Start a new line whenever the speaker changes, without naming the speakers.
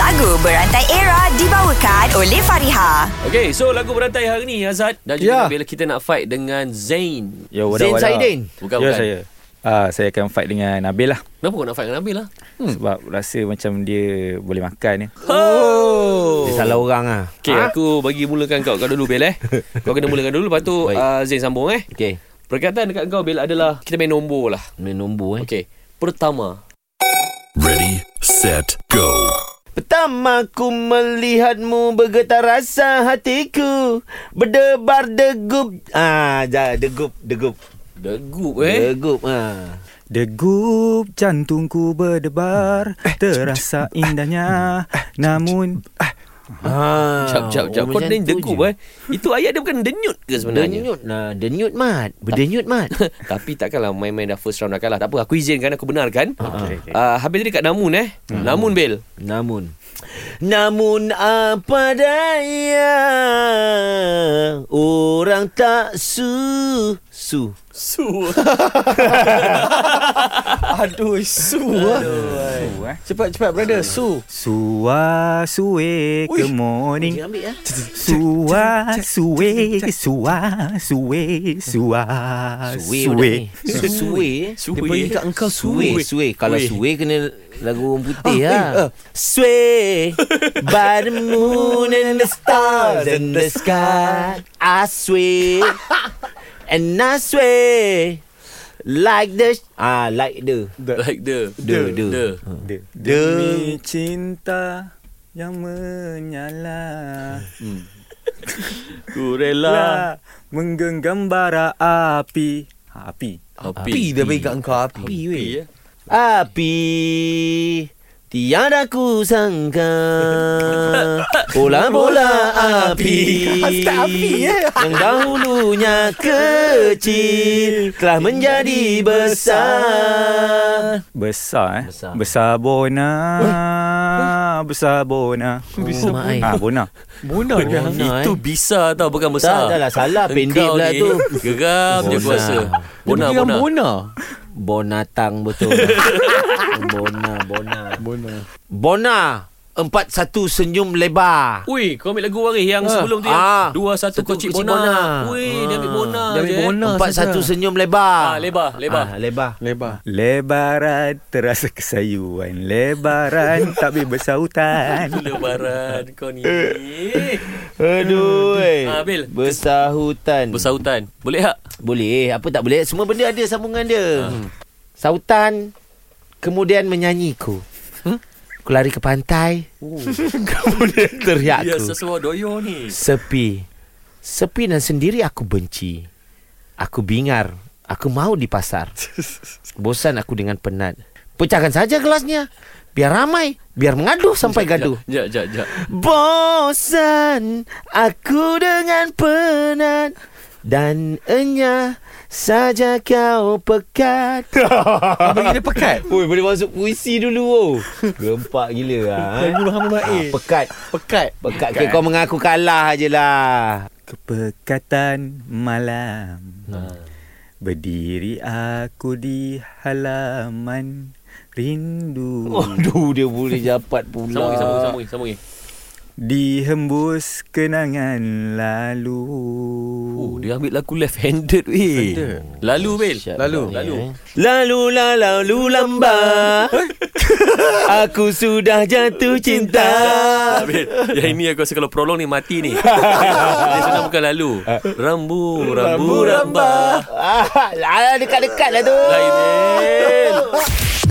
Lagu Berantai Era dibawakan oleh Fariha.
Okay, so lagu berantai hari ni Azad dan
Ya. Oh,
juga yeah. bila kita nak fight dengan Zain.
Yo, what up,
Zain
what up?
Saidin.
Bukan
Yo,
bukan.
Ya, saya. Ah, saya akan fight dengan Nabil lah.
Kenapa kau nak fight dengan Nabil lah?
Hmm. Sebab rasa macam dia boleh makan ya.
Oh.
Dia salah orang ah.
Okay, ha? aku bagi mulakan kau kau dulu Bel eh. Kau kena mulakan dulu lepas tu uh, Zain sambung eh.
Okey.
Perkataan dekat kau Bel adalah kita main nombor lah.
Main nombor eh.
Okay. Pertama,
Ready, set, go.
Pertama ku melihatmu bergetar rasa hatiku berdebar degup. Ah, ja, degup, degup.
degup eh.
Degup ah.
Degup jantungku berdebar Terasa indahnya Namun
Ah.
Jap, jap, jap. Kau ni degup eh. Itu ayat dia bukan denyut ke sebenarnya?
Denyut nah, denyut mat. Berdenyut mat.
Tapi takkanlah main-main dah first round dah kalah. Tak apa, aku izinkan aku benarkan.
Okay,
okay.
Uh, habis tadi kat Namun eh.
Hmm.
Namun Bel.
Namun Namun apa daya Orang tak su Su
Su.
Aduh su Aduh.
Su, eh.
Cepat cepat brother su
Suwa suwe ke eh, morning
ambil ya
Suwa suwe Suwa suwe Suwa suwe
Ah, Suwe Suwe eh.
Suwe.
Dia panggil kat engkau suwe Suwe Kalau
Suwe.
suwe kena lagu orang putih lah Sway By the moon and the stars and the sky I sway And I sway Like the Ah like the
Like the
The, the.
Demi cinta yang menyala
Ku rela
Menggenggam bara api Api
Api
dah bagi kat engkau api
Api ya.
Api Tiada ku sangka Bola-bola api api
ya.
Yang dahulunya kecil Telah menjadi besar
Besar eh
Besar.
Besar, besar bona Besar bona
Besar mak ai.
Ah bona
Bona
Bona, eh.
Itu bisa tau Bukan
Tak,
besar
tak lah, salah. Pendek
Engkau
pula
ni
tu.
Geram je
Bona.
kuasa Bona
Dia
Bona
Bona. Bona.
Bonatang betul Bona Bona Bona Bona Empat satu senyum lebar
Ui kau ambil lagu waris Yang sebelum tu yang
Ah.
Dua satu
Satu
kocik
kocik
Bona
Bona.
Ui dia ambil Bona
Dia ambil
je, eh.
Bona.
Empat
saja.
satu senyum
Ah,
lebar
lebar, lebar.
ah, Lebar
Lebar.
Lebaran terasa kesayuan Lebaran tak boleh bersautan
Lebaran kau ni
Aduh eh.
Ah, Bil.
Besar hutan
Bersautan Boleh tak?
Boleh eh. Apa tak boleh Semua benda ada sambungan dia
Ah.
hmm. Sautan Kemudian menyanyiku Ku lari ke pantai Kemudian teriakku
Oh. Ya sesuai doyo ni
Sepi Sepi dan sendiri aku benci Aku bingar Aku mau di pasar Bosan aku dengan penat Pecahkan saja gelasnya Biar ramai Biar mengadu sampai gaduh
Jap jap jap
Bosan aku dengan penat dan enyah saja kau pekat.
Abang gila pekat.
Oi, boleh masuk puisi dulu. Oh. Gempak gila lah.
Bulu hamba
Ah,
baik.
pekat.
Pekat.
Pekat ke kau mengaku kalah je lah.
Kepekatan malam Berdiri aku di halaman Rindu
Oh. Aduh, dia boleh japat pula.
Sambung lagi sambung lagi, sambung lagi, sambung lagi.
Dihembus kenangan lalu
Oh dia ambil lagu left handed weh Lalu Bil
Lalu.
Lalu
ya. eh. Lalu la lalu lamba Aku sudah jatuh cinta
Habis Yang ini aku rasa kalau prolong ni mati ni Dia senang bukan lalu Rambu Rambu Ramba
Ah, dekat-dekat lah tu.
Lain Bil